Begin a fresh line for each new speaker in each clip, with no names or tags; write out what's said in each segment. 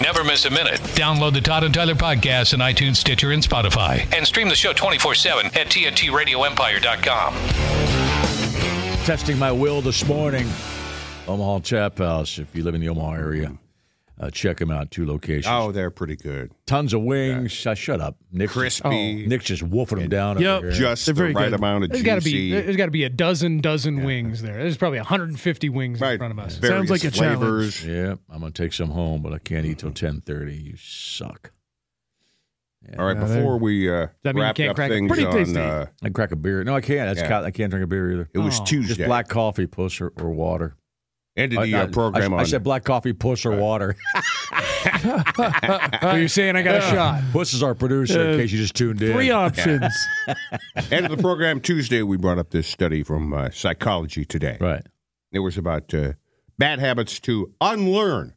Never miss a minute.
Download the Todd and Tyler podcast on iTunes, Stitcher, and Spotify.
And stream the show 24 7 at TNTRadioEmpire.com.
testing my will this morning. Omaha Chap House. If you live in the Omaha area, uh, check them out. Two locations.
Hmm. Oh, they're pretty good.
Tons of wings. Uh, shut up, Nick.
Crispy.
Nick's just wolfing them down.
Yep.
Over here.
Just
They're
the
very
right
good.
amount of
There's
juicy.
got to be there's got to be a dozen dozen wings there. There's probably 150 wings
right
in front of us.
various
Sounds like a
flavors.
yeah, I'm gonna take some home, but I can't eat till
Mm-hmm.
10:30. You suck.
All right, before we uh,
that mean you
wrapped
can't
up
crack it?
things
Pretty
on,
tasty.
uh,
I can crack a beer. No, I can't. That's
Yeah.
cow- I can't drink a beer either.
it was
Oh.
Tuesday.
Just black coffee, puss, or, or water.
Ended the
I- I-
uh, program
I,
on.
I said black coffee, puss, or water.
challenge. Are you saying I got a shot?
puss is our producer.
Uh,
in case you just tuned in.
Three options.
end of the program Tuesday. We brought up this study from uh, Psychology Today.
Right.
It was about uh, bad habits to unlearn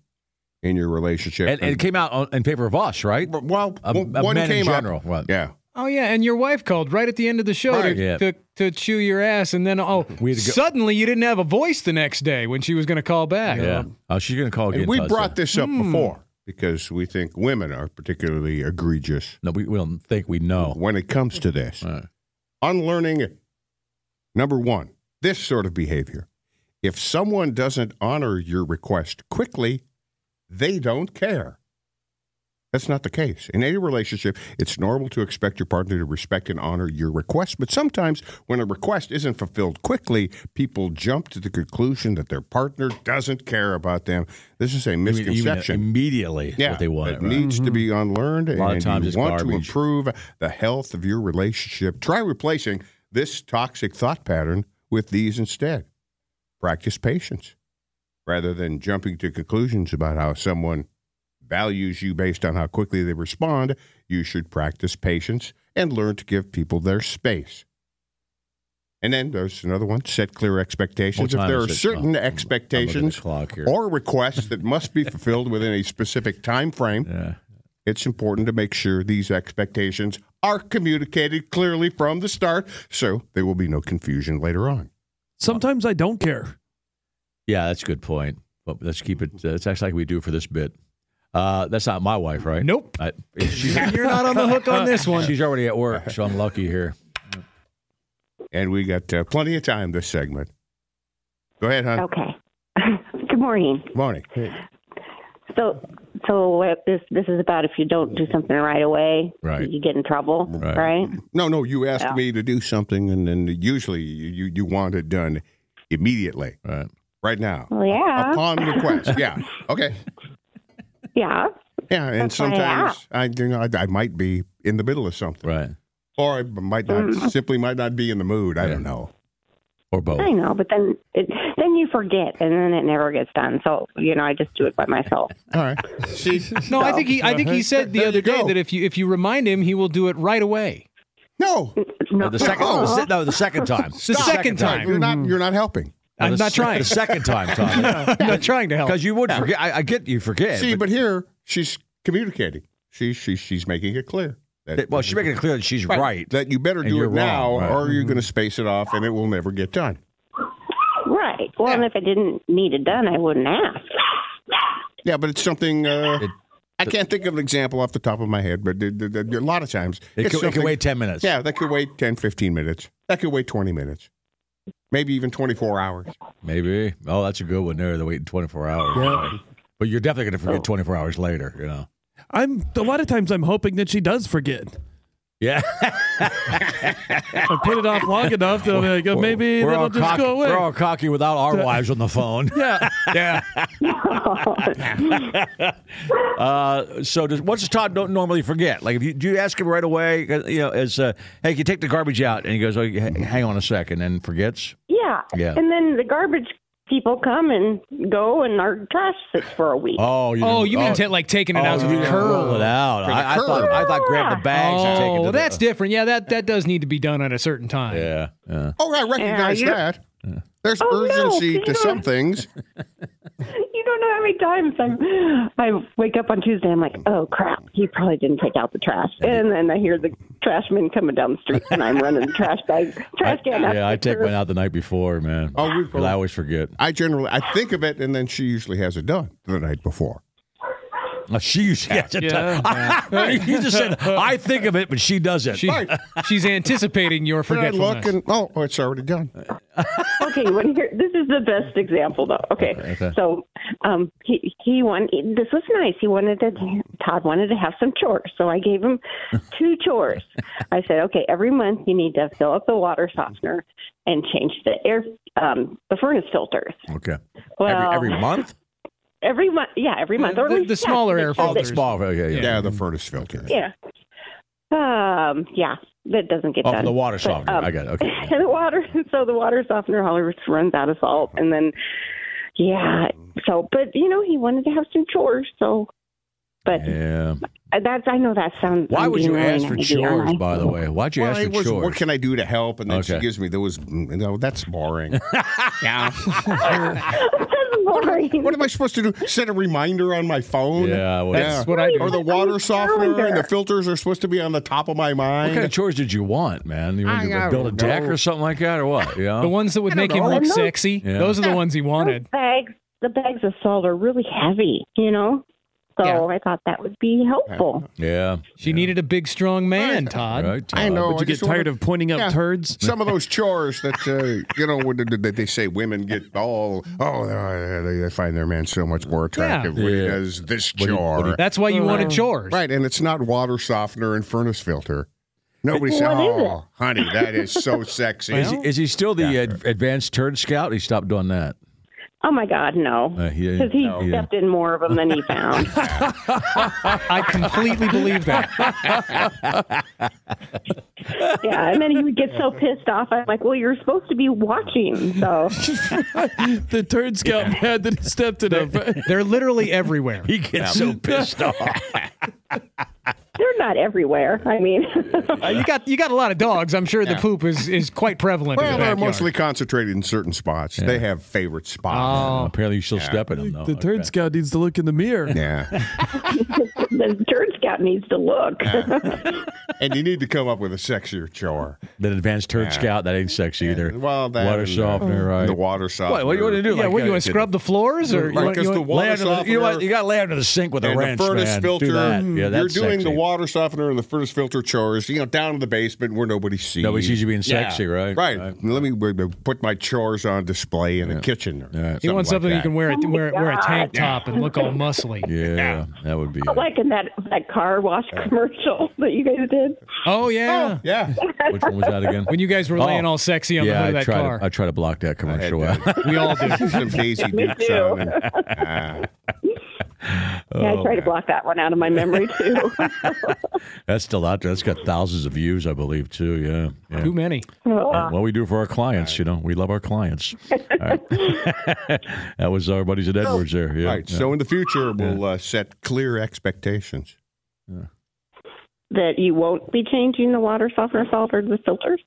in your relationship.
And, and it came out on, in favor of us, right?
well,
Of- of
one
men in
came
general,
up.
right.
Yeah.
Oh yeah, and your wife called right at the end of the show
Right.
to,
Yeah.
to to chew your ass, and then oh,
We had to go-
suddenly you didn't have a voice the next day when she was going to call back.
Yeah. Oh, she's gonna call again.
And we
Todd said.
brought this up
Hmm.
before because we think women are particularly egregious
No, we, we don't think we know.
when it comes to this.
Right.
Unlearning number one, this sort of behavior. If someone doesn't honor your request quickly, they don't care. That's not the case. In any relationship, it's normal to expect your partner to respect and honor your request, but sometimes when a request isn't fulfilled quickly, people jump to the conclusion that their partner doesn't care about them. This is a
You mean- you mean
misconception.
immediately what they want.
It
right?
needs to be unlearned,
lot of
and
times it's
you want to
garbage.
improve the health of your relationship. Try replacing this toxic thought pattern with these instead. Practice patience rather than jumping to conclusions about how someone values you based on how quickly they respond. You should practice patience and learn to give people their space. And then there's another one: set clear expectations.
What
If
time
there
is
are
it? Oh,
certain
I'm- I'm looking at the
expectations
clock here.
or requests that must be fulfilled within a specific time frame,
Yeah.
it's important to make sure these expectations are communicated clearly from the start, so there will be no confusion later on.
Sometimes I don't care.
Yeah, that's a good point. But let's keep it. Uh, it's actually like we do for this bit. Uh, that's not my wife, right?
Nope.
I, she's,
You're not on the hook on this one.
she's already at work, so I'm lucky here.
And we got uh, plenty of time this segment. Go ahead, hon.
Okay. Good morning.
Morning.
So, so what this this is about if you don't do something right away,
Right.
you get in trouble,
Right.
right?
No, no, you asked
Yeah.
me to do something, and then usually you, you, you want it done immediately,
Right.
right now.
Well, yeah,
Upon request. yeah. Okay.
yeah.
Yeah. And
That's why I
sometimes I, you know, I, I might be in the middle of something,
Right.
or I might not,
Mm.
simply might not be in the mood. I
Yeah.
don't know.
Or both.
I know, but then it, then you forget, and then it never gets done. So you know, I just do it by myself.
All right. See,
No, I think he I think he said the
There
other
you
day
go.
that if you if you remind him, he will do it right away.
no,
No, Uh, the second.
Oh.
the se- no, the second time. The
second time. Mm-hmm.
you're not. You're not helping.
I'm not trying.
The second time, Tom.
I'm not trying to help.
Because you would forget. I, I get you forget.
See, but here she's communicating. She she she's making it clear. That,
well, she's making it clear that she's right.
that you better
And
do
you're
it
wrong,
now,
right. Mm-hmm.
or you're going to space it off, and it will never get done.
Right. Well, and if I didn't need it done, I wouldn't ask.
Yeah, but it's something. Uh,
It-
I can't think of an example off the top of my head, but there, there, there, a lot of times
It
it's
could, it could
something-
wait 10 minutes.
Yeah, that could wait 10, 15 minutes. That could wait 20 minutes. Maybe even 24 hours.
Maybe. Oh, that's a good one there. They're waiting 24 hours.
Yeah.
But you're definitely going to forget 24 hours later, you know?
I'm a lot of times I'm hoping that she does forget.
Yeah.
I put it off long enough that I'm like, oh, maybe
we're
that'll
all
just
cocky,
go away.
We're all cocky without our wives on the phone.
yeah.
yeah. Uh, so, does, what does Todd don't normally forget? Like, if you do you ask him right away? 'Cause, You know, is uh, hey, can you take the garbage out? And he goes, oh, h- hang on a second, and forgets.
Yeah.
Yeah.
And then the garbage people come and go, and our trash sits for a week.
Oh, you
Oh,
didn't-
you mean t- like taking it
oh,
out to
you
the
didn't
curb?
roll it out.
For the
I, I thought
curb.
I thought grab the bags and take it.
Oh,
To
well,
the,
that's different. Yeah, that that does need to be done at a certain time.
yeah, yeah.
Oh, I recognize
Yeah, you-
that. There's
Oh, no,
urgency to
Peter.
some things.
You don't know how many times I'm. I wake up on Tuesday. I'm like, oh crap, he probably didn't take out the trash. And then I hear the trash man coming down the street, and I'm running the trash bag, trash can. out
yeah. I
the
take
curb.
mine out the night before, man.
Oh, we-
'Cause I always forget.
I generally I think of it, and then she usually has it done the night before.
Oh, she used yeah. you just said I think of it, but she doesn't.
She, she's anticipating your
Then I look
forgetfulness.
and oh, oh, it's already done.
okay, when here, this is the best example though. Okay,
Okay.
so um, he he won. This was nice. He wanted to. Todd wanted to have some chores, so I gave him two chores. I said, okay, every month you need to fill up the water softener and change the air um, the furnace filters.
okay.
Well,
every, every month.
every month, yeah, every month. Or at
The-
least-
the smaller
yeah,
air
yeah,
Oh, the
filters.
small. Okay, yeah.
Yeah, the furnace filter.
Yeah. Um. Yeah, that doesn't get
Oh,
done.
for the water
But,
softener.
um,
I got it. Okay. yeah.
and the water so the water softener always runs out of salt and then yeah so but you know he wanted to have some chores so but
Yeah.
that's i know that sounds
Why
I'm
would
being
you
really
ask for
naive, aren't
chores,
I?
by the way? Why'd you
Well,
ask
it
for
was, what
chores?
can I do to help? And then she
Okay.
gives me those. mm, No, that's boring. yeah.
that's boring
What am I supposed to do? Set a reminder on my phone?
Yeah, well,
Yeah.
That's
what I do.
Or the water softener and the filters are supposed to be on the top of my
What
mind.
kind of chores did you want, man? You wanted
I
to build a
don't
deck
know.
or something like that, or what? Yeah.
The ones that would make him
know.
look
And those-
sexy.
Yeah.
Those are the ones he
Those
wanted.
bags the bags of salt are really heavy you know so
Yeah.
i thought that would be helpful
yeah.
She needed a big, strong man, Todd.
Right.
I
Todd.
know.
Would
I
you get
just wanna-
tired of pointing out
Yeah.
turds?
Some of those chores that uh, you know when they, they say women get all oh they, they find their man so much more attractive when he
Yeah.
does this
What do you- what
chore
do you-
That's why you wanted chores.
right and it's not water softener and furnace filter nobody says
What is
oh honey that is so sexy
Is he, is he still the ad- advanced turd scout? He stopped doing that.
oh my god no
Uh, he,
because he
he-
stepped in more of them than he found
I completely believe that.
yeah and then he would get so pissed off i'm like well you're supposed to be watching so
the turd scout pad that he stepped in
Oh,
of.
They're literally everywhere.
he gets so pissed off.
They're not everywhere. I mean,
Uh, you got you got a lot of dogs. I'm sure the poop is is quite prevalent. in
well
the
they're
backyard.
mostly concentrated in certain spots they have favorite spots
Apparently, you still step in him, though.
the turd scout needs to look in the mirror.
Oh.
yeah
the turd scout needs to look.
and you need to come up with a sexier chore
That advanced turd scout, that ain't sexy either.
well that
Water
and, uh,
softener, right?
the water
What,
softener
what do you want to do?
Yeah,
Like,
what you
uh,
want to scrub the floors or you
Right,
want-
'cause
you
the
want-
water
Lay under the, you, know what?
softener
you got to lay under the sink with a
and
wrench,
the furnace
man.
filter. mm,
Do that. Yeah,
You're
that's
doing the
sexy.
water softener and the furnace filter chores. You know, down in the basement where nobody sees.
Nobody sees you being sexy, right? Uh,
Right.
Right.
Let me b- b- put my chores on display in the kitchen. Or
you want something
like
you can wear a, wear, wear
Oh
a tank top and look all muscly.
Yeah, that would be. it.
like in that that car wash commercial that you guys did.
Oh yeah.
that. Yeah.
Which one was that again?
When you guys were laying
Oh.
all sexy on the
yeah,
hood
I
of that
try
car.
to I try to block that commercial out.
we all do.
Some Daisy Dukes
too.
on. and- Ah.
yeah,
Oh,
I try to block that one out of my memory too.
That's still out there. That's got thousands of views, I believe, too. Yeah. yeah.
Too many.
Oh.
And what we do for our clients, you know, we love our clients. All right. that was our buddies at Edwards there. Yeah.
Oh, All right.
yeah.
So in the future, we'll uh, set clear expectations.
that you won't be changing the water softener salt or the filters.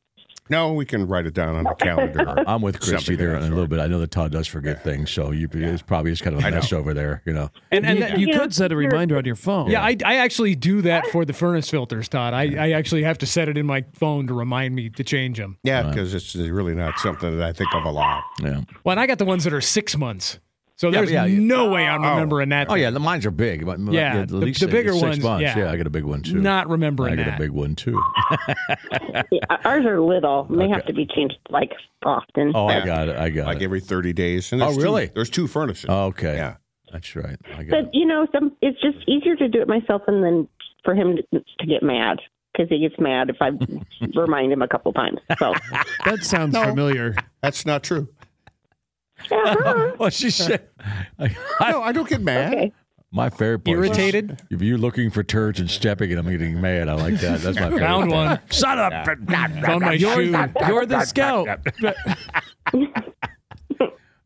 No, we can write it down on the calendar. or
I'm with Christy
something
there
of
in a
that
little bit. I know that Todd does forget things, so you it's probably just kind of a mess over there, you know.
And and
You-
that,
you
Yeah.
could set a reminder on your phone.
Yeah, I, I actually do that for the furnace filters, Todd. I, I actually have to set it in my phone to remind me to change them.
Yeah, because it's really not something that I think of a lot.
Yeah.
Well, and I got the ones that are six months. So
Yeah,
there's
yeah, yeah.
no way I'm remembering that.
Oh yeah, the mines are big. But but,
Yeah,
at
the-
least
the
six-
bigger
six
ones,
Months.
yeah.
I got a big one too.
Not
I
remembering
got a
that.
big one too.
Yeah, ours are little. and They have to be changed like often.
Oh, I
Yeah.
got it. I got
like
it.
every 30 days. And
Oh,
there's two-
really? Oh.
there's two furnaces.
Okay.
Yeah.
That's right. I got it.
But you know, some it's just easier to do it myself, and then for him to, to get mad because he gets mad if I remind him a couple times. So,
That sounds familiar.
That's not true.
Uh-huh.
Well, she said,
No, I don't get mad.
Okay.
"My favorite place." is-
Irritated?
If you're looking for turds and stepping and I'm getting mad, I like that. That's my favorite.
Found
thing.
one.
Shut up.
Found my shoe.
You're the scout.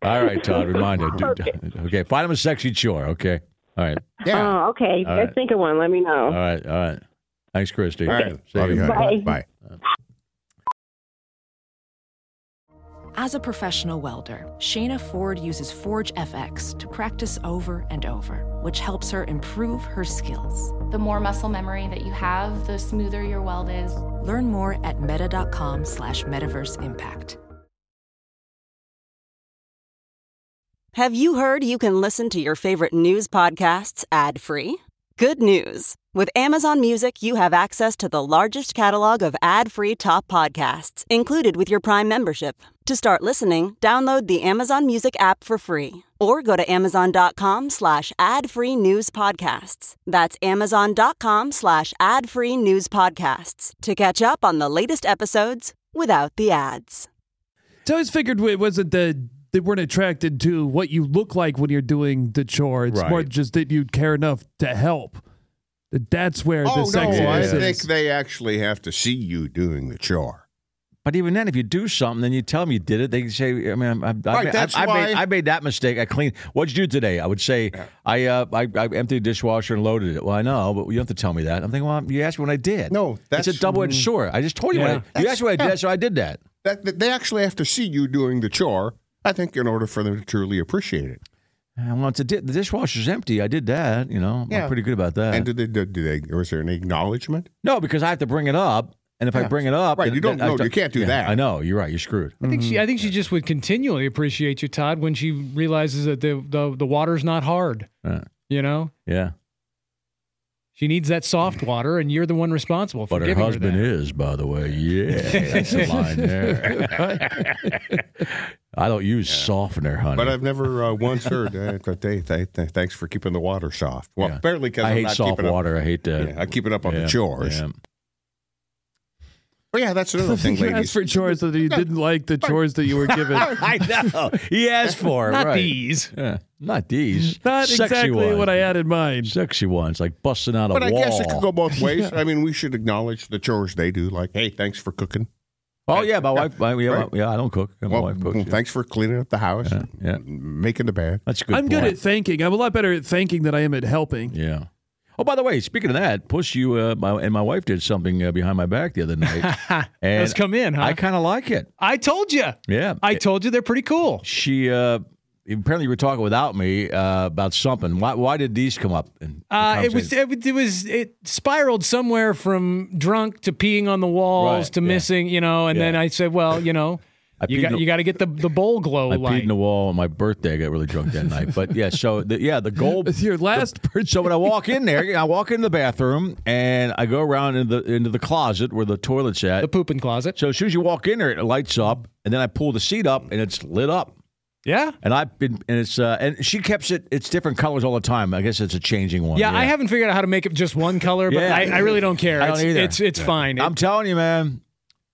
All right, Todd. Reminder. Do- Okay. Find him a sexy chore. Okay. All right.
Yeah.
Oh, okay.
All
Just
right.
think of one. Let me know.
All right. All right. Thanks, Christy.
All right.
See
Love
you.
you, honey.
Bye.
Bye.
As a professional welder, Shayna Ford uses Forge FX to practice over and over, which helps her improve her skills.
The more muscle memory that you have, the smoother your weld is.
Learn more at meta.com slash metaverse impact.
Have you heard you can listen to your favorite news podcasts ad free? Good news! With Amazon Music, you have access to the largest catalog of ad free top podcasts included with your Prime membership. To start listening, download the Amazon Music app for free or go to amazon.com slash ad free news podcasts. That's amazon.com slash ad free news podcasts to catch up on the latest episodes without the ads.
So I always figured it wasn't the they weren't attracted to what you look like when you're doing the chore. It's more
Right.
just that you care enough to help. That That's where the
Oh,
sexiness
no. I
is.
think they actually have to see you doing the chore.
But even then, if you do something, then you tell them you did it. They can say, "I mean, I'm, I'm, I,
Right,
made,
that's
I, I, made,
why-
I made that mistake. I cleaned. What'd you do today?" I would say, "I, uh, I, I emptied the dishwasher and loaded it." Well, I know, but you don't have to tell me that. I'm thinking, "Well, you asked me when I did."
No, that's- mm.
it's a double-edged sword. I just told you.
Yeah.
What I, you asked me what I did, so I did that.
That, that they actually have to see you doing the chore. I think in order for them to truly appreciate it.
And well, it's a di- the dishwasher's empty. I did that. You know,
Yeah.
I'm pretty good about that.
And did they? Did they? Or was there an acknowledgement?
no, because I have to bring it up, and if I
Yeah.
bring it up,
Right,
then-
you don't
then I
know.
start-
You can't do
Yeah,
that.
I know. You're right. You're screwed.
Mm-hmm.
I think she. I think she just would continually appreciate you, Todd, when she realizes that the the, the water's not hard.
Uh,
You know,
yeah,
she needs that soft water, and you're the one responsible for
but her
giving
husband
her that.
is, by the way. Yeah, that's the line there. I don't use softener, honey.
But I've never uh, once heard. Uh, that they, they, they- thanks for keeping the water soft. Well,
Yeah.
apparently because
I
I'm
hate
not
soft
keeping up-
water. I hate that.
yeah, I keep it up on the chores.
yeah.
Oh yeah, that's another thing,
you
ladies.
asked for chores that you didn't like the chores that you were given.
I know. He asked for it,
Not
right.
these.
Yeah, not these.
Not
Sexy
exactly
ones.
what I had in mind.
Sexy ones, like busting out a
But I
wall.
guess it could go both ways. I mean, we should acknowledge the chores they do. Like, hey, thanks for cooking.
oh yeah, my wife. My, yeah,
Right.
yeah, I don't cook. My
Well,
wife cooks.
well,
yeah.
thanks for cleaning up the house,
Yeah, yeah.
making the bed.
That's a good.
I'm good
point.
at thanking. I'm a lot better at thanking than I am at helping.
Yeah. Oh, by the way, speaking of that, Puss, you uh, my, and my wife did something uh, behind my back the other night. and
Let's come in, huh?
I kind of like it.
I told you.
Yeah.
I told you they're pretty cool.
she uh, apparently you were talking without me uh, about something. Why, why did these come up? in the
Uh, it was
conversation?
it, was- it was it spiraled somewhere from drunk to peeing on the walls
Right,
to
yeah.
missing, you know, and then
Yeah.
I said, well, you know,
I
you
peed
got
in a-
you got to get the the bowl glow
I peed
light.
in the wall on my birthday. I got really drunk that night. But yeah, so the, yeah, Oh. the goal.
It's your last
So when I walk in there, I walk into the bathroom and I go around in the into the closet where the toilet's at.
the pooping closet.
so as soon as you walk in there, it lights up, and then I pull the seat up, and it's lit up.
Yeah.
And I've been, and it's, uh, and she keeps it. It's different colors all the time. I guess it's a changing one.
Yeah, I haven't figured out how to make it just one color, but
Yeah.
I, I really don't care.
I don't
it's,
either.
it's it's fine. It-
I'm telling you, man.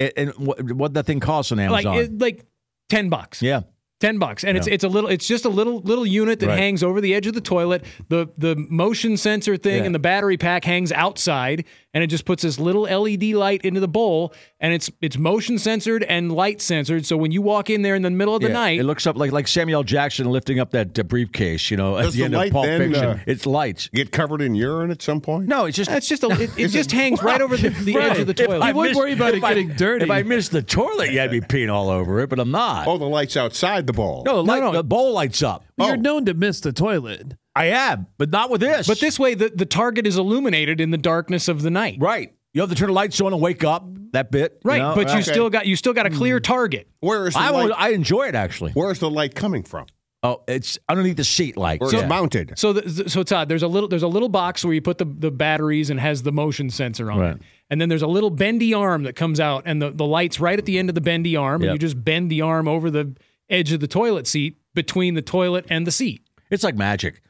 It, and what, what that thing costs on
like
Amazon?
it, like ten bucks.
yeah,
Ten bucks, and it's it's a little, it's just a little little unit that
Right.
hangs over the edge of the toilet. the The motion sensor thing
Yeah.
and the battery pack hangs outside, and it just puts this little LED light into the bowl, and it's it's motion censored and light censored. So when you walk in there in the middle of the
yeah.
night,
It looks up like like Samuel L. Jackson lifting up that uh, briefcase. You know, at
Does
the
the
end
light
of Pulp
then,
Fiction.
uh,
it's lights.
Get covered in urine at some point.
No, it's just.
it's just a it, it just hangs right over the, the edge of the
If
toilet.
I
You wouldn't
missed-
worry about it
if I-
getting dirty.
If I missed the toilet, yeah, I'd be peeing all over it, but I'm not.
Oh, the lights outside the bowl.
no, the, light,
no.
the bowl lights up.
You're known to miss the toilet.
I am, but not with this.
but this way, the, the target is illuminated in the darkness of the night.
right? You have to turn the lights on and wake up. That bit,
Right,
You know?
but you
Right. Hmm.
still got you still got a clear target.
Where is the
I,
light?
will- I enjoy it actually.
where is the light coming from?
Oh, it's underneath the seat, like
Or
so,
it's mounted.
So, the, so Todd, there's a little there's a little box where you put the, the batteries and has the motion sensor on
Right.
it, and then there's a little bendy arm that comes out, and the the light's right at the end of the bendy arm,
Yep.
and you just bend the arm over the edge of the toilet seat between the toilet and the seat.
It's like magic.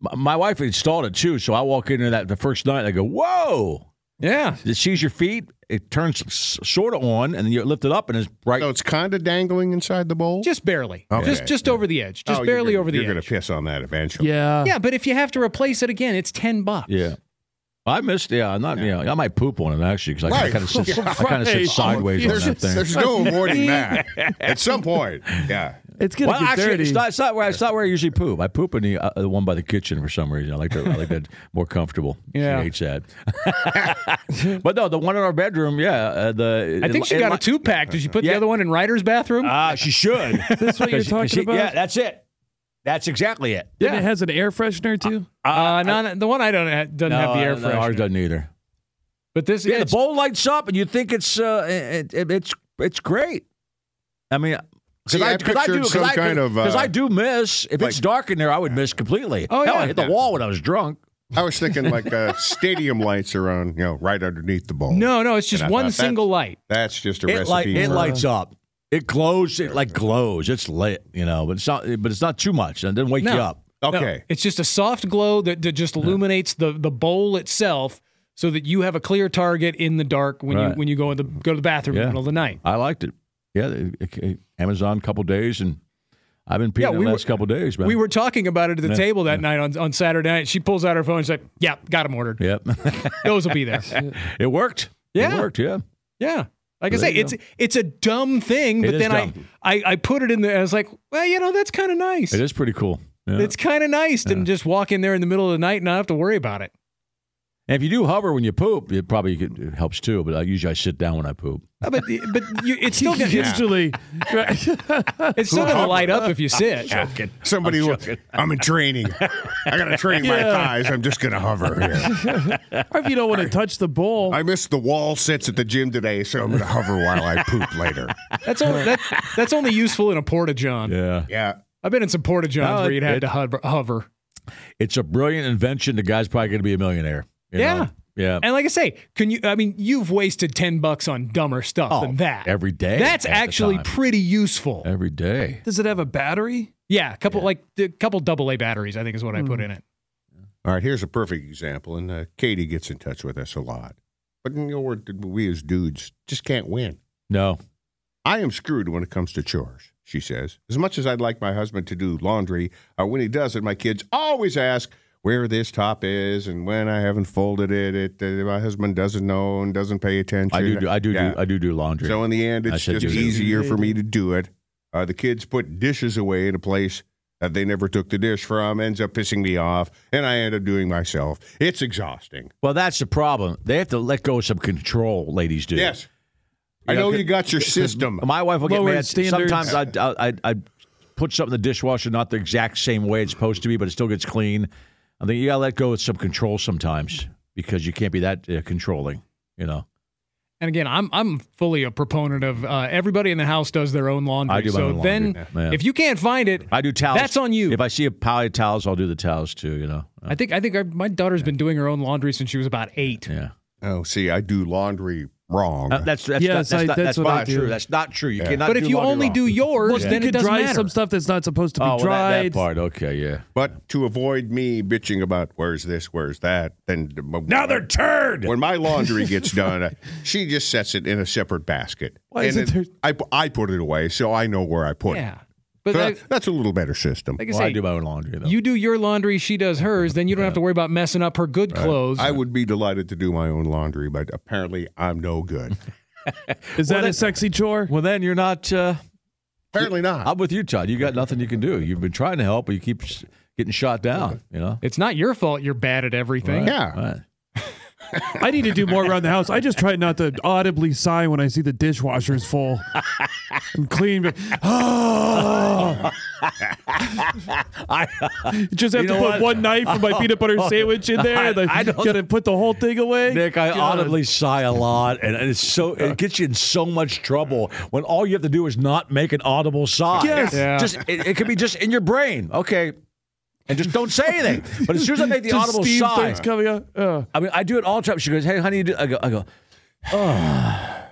My, my wife installed it too, so I walk into that the first night. I go, "Whoa!"
Yeah,
It sees your feet. It turns sort of on, and then you lift it up, and it's bright.
So it's kind of dangling inside the bowl.
Just barely,
Okay.
just just over the edge,
Oh,
just
you're
barely
gonna-
over the
You're going
edge.
to piss on that eventually.
Yeah.
yeah, but if you have to replace it again, it's ten bucks.
yeah. I missed. Yeah, I'm not. Yeah, I might poop on it actually because I
Right.
kind of sit.
Yeah.
I kind of sit
Right.
sideways on
There's,
that thing.
there's no avoiding that. At some point, yeah.
It's gonna
Well,
get
actually,
dirty.
it's not, it's not where it's not where I usually poop. I poop in the, uh, the one by the kitchen for some reason. I like that. I like that more comfortable.
Yeah.
she hates that. but no, the one in our bedroom. Yeah, uh, the
I think she
it-
got a
it-
two pack. Did you put
Yeah.
the other one in Ryder's bathroom?
Ah, she should.
That's what you're
'Cause she-
talking
she-
about?
Yeah, that's it. That's exactly it.
Then it has an air freshener too.
uh, no, the one I don't ha- doesn't have the air
no, Ours
freshener.
doesn't either.
But this,
Yeah, the
it's-
bowl lights up, and you think it's uh, it, it- it's it's great. I mean. Because
See, I
I, 'cause I do,
pictured
because
some
I,
kind of,
because
uh,
I do miss. If it's
like-
dark in there, I would miss completely.
Oh,
Hell,
yeah.
I hit the wall when I was drunk.
I was thinking like uh, stadium lights around, you know, right underneath the bowl.
no, no, it's
And
just
I
one
thought,
single light.
That's just a
it
recipe.
light, it
for-
lights
uh,
up. It glows. It like glows. It's lit, you know, but it's not. But it's not too much, and it doesn't wake
No.
you up.
No,
Okay.
it's just a soft glow that, that just illuminates the the bowl itself, so that you have a clear target in the dark when you
Right.
when you go in the go to the bathroom in
Yeah.
the middle of the night.
I liked it. Yeah, it- it- it- Amazon couple days, and I've been peeing
Yeah,
the
we were-
last couple days, man.
We were talking about it at the
Yeah,
table that night on, on Saturday night. She pulls out her phone. She's like, "Yeah, got them ordered.
Yep,
Those will be there."
it worked.
Yeah.
it worked. Yeah,
yeah, like I
There
say,
you
it's it's a dumb thing,
It
but
is
then I,
dumb.
I I put it in there. I was like, "Well, you know, that's kind of nice.
it is pretty cool. Yeah.
It's kind of nice to just walk in there in the middle of the night and not have to worry about it."
and if you do hover when you poop, it probably could- it helps too. But I usually I sit down when I poop.
Uh, But but you, it's still gonna, it's,
Usually,
it's still going to light up if you sit.
Somebody, will- I'm, in training. I got to train my thighs. I'm just going to hover here.
or if you don't want to touch the bowl,
I missed the wall sits at the gym today, so I'm going to hover while I poop later.
That's only that, that's only useful in a porta john.
Yeah,
Yeah.
I've been in some porta johns
No,
where
it-
you'd have
it-
to hover, hover.
it's a brilliant invention. The guy's probably going to be a millionaire. you
Yeah.
know? yeah.
And like I say, can you? I mean, you've wasted ten bucks on dumber stuff
Oh,
than that
every day,
That's
half the
actually
time.
pretty useful.
Every day.
does it have a battery?
yeah, a couple like a couple double A batteries, I think is what I put in it.
All right, here's a perfect example, and uh, Katie gets in touch with us a lot. But you know, we're, we as dudes just can't win.
No.
I am screwed when it comes to chores, she says. As much as I'd like my husband to do laundry, uh, when he does it, my kids always ask where this top is and when I haven't folded it. it uh, my husband doesn't know and doesn't pay attention.
I do. do I do,
Yeah.
do. I do do laundry.
So in the end,
I
it's
should
just
do that.
easier for me to do it. Uh, the kids put dishes away in a place that they never took the dish from, ends up pissing me off, and I end up doing myself. It's exhausting.
Well, that's the problem. They have to let go of some control, ladies do.
Yes. I
Yeah,
know
c-
you got your system.
My wife will get
Lower
mad.
standards.
Sometimes I, I, I, I put something in the dishwasher not the exact same way it's supposed to be, but it still gets clean. I think you got to let go of some control sometimes because you can't be that uh, controlling, you know.
And again, I'm I'm fully a proponent of uh, everybody in the house does their own laundry.
I do my
so
own laundry,
then,
yeah.
if you can't find it,
I do towels.
That's on you.
If I see a pile of towels, I'll do the towels too, you know.
I think I think I, my daughter's been doing her own laundry since she was about eight.
Yeah.
oh, see, I do laundry wrong.
Uh, that's that's,
Yes,
not, that's,
I-
not,
that's
that's
what I
not
do.
true. That's not true. You
Yeah.
cannot
But if
do
you
laundry
only
wrong.
do yours,
Well,
then
you
it
could
doesn't
dry
matter.
some stuff that's not supposed to be
oh, well, that-
dried.
that part. Okay, yeah.
but to avoid me bitching about where's this, where's that, then
Another turd.
When my laundry gets done, uh, she just sets it in a separate basket.
Why is
And
it
then I, pu- I put it away, so I know where I put it.
Yeah, but
So
like,
that- that's a little better system.
like I
Well,
say,
I do my own laundry though.
You do your laundry, she does hers, then you don't have to worry about messing up her good clothes.
I would be delighted to do my own laundry, but apparently I'm no good.
Is
Well,
that a
that-
sexy chore?
well, then you're not. Uh,
apparently not.
I'm with you, Todd. You got nothing you can do. You've been trying to help, but you keep s- getting shot down. You know.
it's not your fault you're bad at everything.
yeah.
Right.
I need to do more around the house. I just try not to audibly sigh when I see the dishwasher is full and clean. But, oh.
I
You ah! just have
You
to
know
put
what?
one knife for my peanut butter sandwich in there.
I-
and
I
I,
don't-
gotta put the whole thing away.
Nick, I
God.
audibly sigh a lot, and it's so it gets you in so much trouble when all you have to do is not make an audible sigh.
Yes. Yeah.
just it, it could be just in your brain. Okay, and just don't say anything. But as soon as I make the
Just
audible
steam
sigh,
things coming up. Uh,
I mean, I do it all the time. She goes, "Hey, honey," you do-" I go, "I go."
Uh.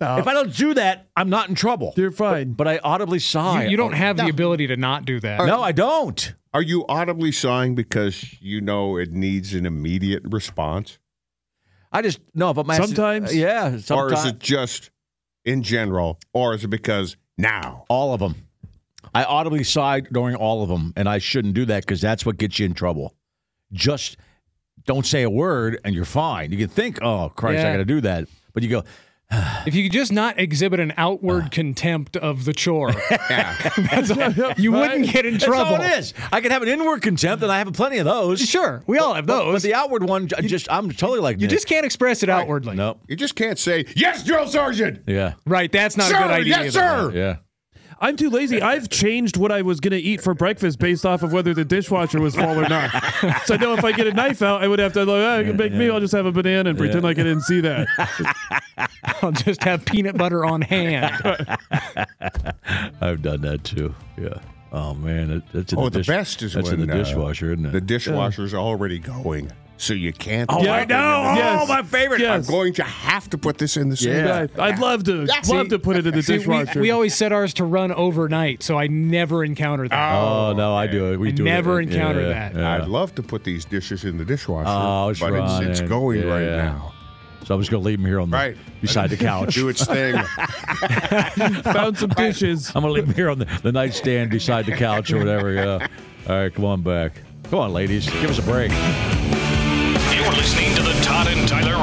no.
If I don't do that, I'm not in trouble.
you're fine.
But I audibly sigh. Oh.
You, you don't have the
No.
ability to not do that.
No, I don't.
Are you audibly sighing because you know it needs an immediate response?
I just no. But my
Sometimes.
yeah,
Or
sometimes
is it just in general? Or is it because now?
all of them. I audibly sighed during all of them, and I shouldn't do that because that's what gets you in trouble. Just don't say a word, and you're fine. You can think, "Oh Christ, I
Yeah.
got to do that," but you go,
If you could just not exhibit an
Ah.
outward contempt of the chore, that's all- you wouldn't get in
"That's all
trouble.
it is." I can have an inward contempt, and I have plenty of those.
Sure, we all have
But- but
those.
the outward one, I just I'm totally like
you just can't express it outwardly.
nope.
You just can't say, yes, drill sergeant.
Yeah,
Right, that's not
sir,
a good idea.
yes, sir.
either.
yeah.
I'm too lazy. I've changed what I was going to eat for breakfast based off of whether the dishwasher was full or not. So now if I get a knife out, I would have to, like, oh, maybe I'll just have a banana and pretend like I didn't see that.
I'll just have peanut butter on hand.
I've done that too. Yeah. Oh man, that, that's in
Oh,
the,
the
dish-
best is
that's
when
in the
uh,
dishwasher, isn't it?
The dishwasher's already going, so you can't.
oh,
Yeah.
I know.
Yes.
Oh, my favorite.
Yes.
I'm going to have to put this in the sink.
Yeah.
I, would love to love to put it in the
See, we,
dishwasher.
we always set ours to run overnight, so I never encounter that.
Oh no, I do it. We
I
do
never
it.
encounter
Yeah,
that.
yeah.
I'd love to put these dishes in the dishwasher,
Oh, it's
but it's, it's
running.
going right
Yeah.
now.
So I'm just gonna leave him here on the
Right.
beside the couch.
Do its thing.
found some dishes.
I'm gonna leave him here on the, the nightstand beside the couch or whatever. Yeah. All right, come on back. Come on, ladies, give us a break.
You're listening to the Todd and Tyler